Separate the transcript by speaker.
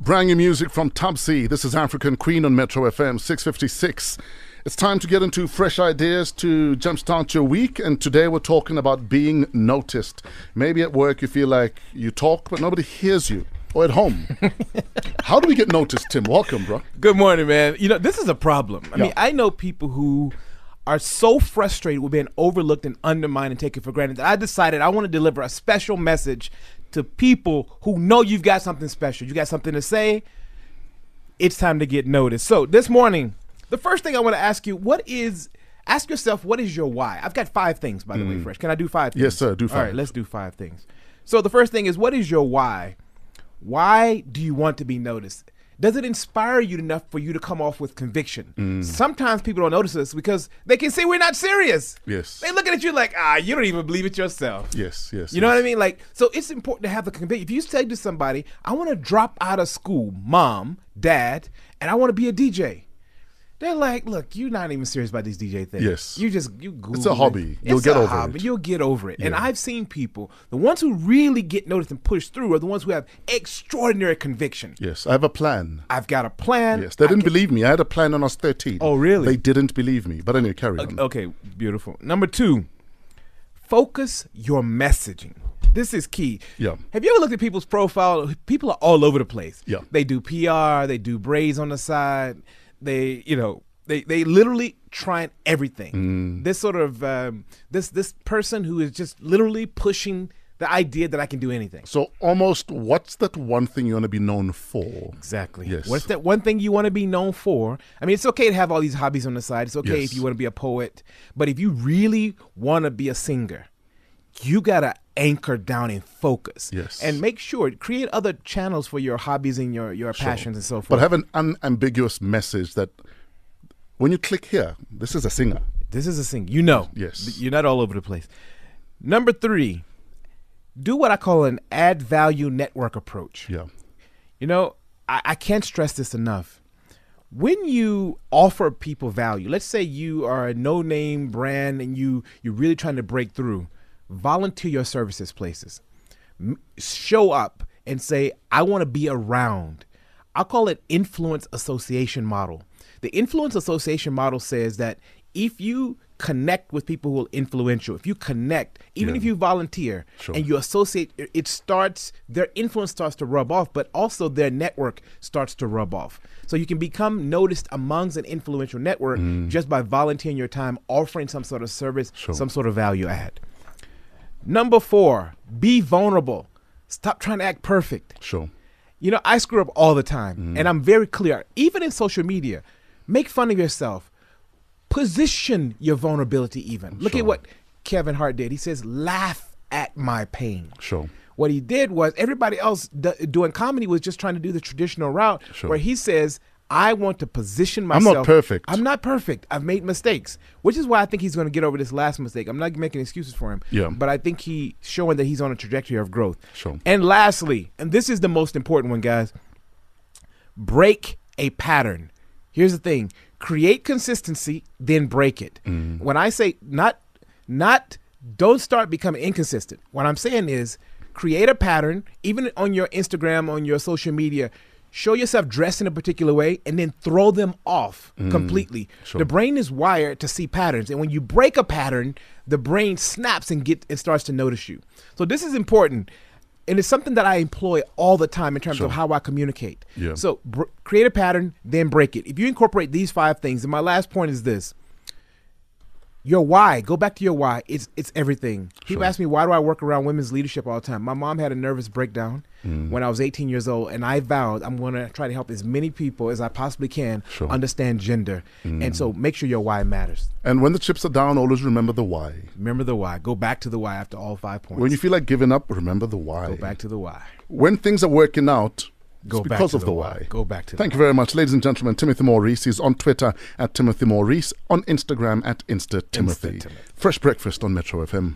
Speaker 1: Brand new music from Tubsy. This is African Queen on Metro FM 656. It's time to get into fresh ideas to jumpstart your week, and today we're talking about being noticed. Maybe at work you feel like you talk, but nobody hears you, or at home. How do we get noticed, Tim? Welcome, bro.
Speaker 2: Good morning, man. You know, this is a problem. I
Speaker 1: Yeah.
Speaker 2: mean, I know people who are so frustrated with being overlooked and undermined and taken for granted that I decided I want to deliver a special message to people who know you've got something special. You got something to say. It's time to get noticed. So, this morning, the first thing I want to ask you, what is ask yourself what is your why? I've got 5 things by the way, Fresh. Can I do 5 things?
Speaker 1: Mm. Yes, sir, do
Speaker 2: All
Speaker 1: five.
Speaker 2: right, let's do 5 things. So, the first thing is what is your why? Why do you want to be noticed? Does it inspire you enough for you to come off with conviction? Sometimes people don't notice us because they can say we're not serious.
Speaker 1: Yes.
Speaker 2: They looking at you like, ah, you don't even believe it yourself.
Speaker 1: Yes, yes.
Speaker 2: You know what I mean? Like, so it's important to have the conviction. If you say to somebody, I want to drop out of school, mom, dad, and I want to be a DJ. They're like, look, you're not even serious about these DJ things.
Speaker 1: Yes.
Speaker 2: You just, you Google.
Speaker 1: a
Speaker 2: it.
Speaker 1: hobby. You'll
Speaker 2: It's
Speaker 1: get
Speaker 2: a
Speaker 1: over
Speaker 2: hobby.
Speaker 1: it.
Speaker 2: You'll get over it. And I've seen people, the ones who really get noticed and pushed through are the ones who have extraordinary conviction.
Speaker 1: Yes, I have a plan.
Speaker 2: I've got a plan.
Speaker 1: Yes, they
Speaker 2: I
Speaker 1: didn't believe me. I had a plan when I was 13.
Speaker 2: Oh, really?
Speaker 1: They didn't believe me. But anyway, carry on.
Speaker 2: Okay, beautiful. Number two, focus your messaging. This is key.
Speaker 1: Yeah.
Speaker 2: Have you ever looked at people's profile? People are all over the place.
Speaker 1: Yeah.
Speaker 2: They do PR, they do braids on the side. They, you know, they they literally trying
Speaker 1: Mm.
Speaker 2: everything. This sort of um, this this person who is just literally pushing the idea that I can do anything.
Speaker 1: So, almost what's that one thing you want to be known for?
Speaker 2: Exactly.
Speaker 1: Yes.
Speaker 2: What's that one thing you want to be known for? I mean, it's okay to have all these hobbies on the side. It's okay
Speaker 1: Yes.
Speaker 2: if you want to be a poet, but if you really want to be a singer, you gotta anchor down and focus.
Speaker 1: Yes.
Speaker 2: And make sure create other channels for your hobbies and your your passions and so
Speaker 1: But
Speaker 2: forth.
Speaker 1: have an unambiguous message that when you click here, this is a singer.
Speaker 2: this is a thing. You know.
Speaker 1: Yes.
Speaker 2: You're not all over the place. Number three, do what I call an add value network approach.
Speaker 1: Yeah.
Speaker 2: You know, I, I can't stress this enough. When you offer people value, let's say you are a no-name brand and you you're really trying to break through, volunteer your services places. M- show up and say, "I want to be around." I call it influence association model. The influence association model says that if you connect with people who are influential, if you connect, even if you volunteer and you associate, it- it starts, their influence starts to rub off, but also their network starts to rub off. So you can become noticed amongst an influential network just by volunteering your time, offering some sort of service, some sort of value add. Number four, be vulnerable. Stop trying to act perfect.
Speaker 1: Sure.
Speaker 2: You know, I screw up all the time, and I'm very clear, even in social media. Make fun of yourself. Position your vulnerability, even. Look at what Kevin Hart did. He says, laugh at my pain.
Speaker 1: Sure.
Speaker 2: What he did was, everybody else d- doing comedy was just trying to do the traditional route
Speaker 1: Sure.
Speaker 2: where he says, I want to position
Speaker 1: not
Speaker 2: myself.
Speaker 1: perfect.
Speaker 2: I'm not perfect. I've made mistakes, which is why I think he's going to get over this last mistake. I'm not making excuses for him.
Speaker 1: Yeah.
Speaker 2: But I think he showing that he's on a trajectory of growth.
Speaker 1: Sure.
Speaker 2: And lastly, and this is the most important one, guys, break a pattern. Here's the thing: create consistency, then break it. When I say not, not don't start becoming inconsistent. What I'm saying is create a pattern, even on your Instagram, on your social media. Show yourself dressed in a particular way and then throw them off completely. The brain is wired to see patterns. And when you break a pattern, the brain snaps and get it starts to notice you. So this is important. And it's something that I employ all the time in terms of how I communicate.
Speaker 1: Yeah.
Speaker 2: So br- create a pattern, then break it. If you incorporate these five things, and my last point is this: your why. Go back to your why. It's it's everything. People ask me why do I work around women's leadership all the time. My mom had a nervous breakdown
Speaker 1: Mm.
Speaker 2: when I was 18 years old, and I vowed I'm going to try to help as many people as I possibly can
Speaker 1: Sure. Mm.
Speaker 2: understand gender. And so make sure your why matters.
Speaker 1: And when the chips are down, always remember the why.
Speaker 2: Remember the why. Go back to the why after all five points.
Speaker 1: When you feel like giving up, remember the why.
Speaker 2: Go back to the why.
Speaker 1: When things are working out,
Speaker 2: Go
Speaker 1: it's
Speaker 2: back
Speaker 1: because
Speaker 2: to
Speaker 1: of the, why.
Speaker 2: Go back to the
Speaker 1: Thank you very much, ladies and gentlemen. Timothy Maurice is on Twitter at Timothy Maurice, on Instagram at Insta Timothy.
Speaker 2: Timothy.
Speaker 1: Fresh breakfast on Metro FM.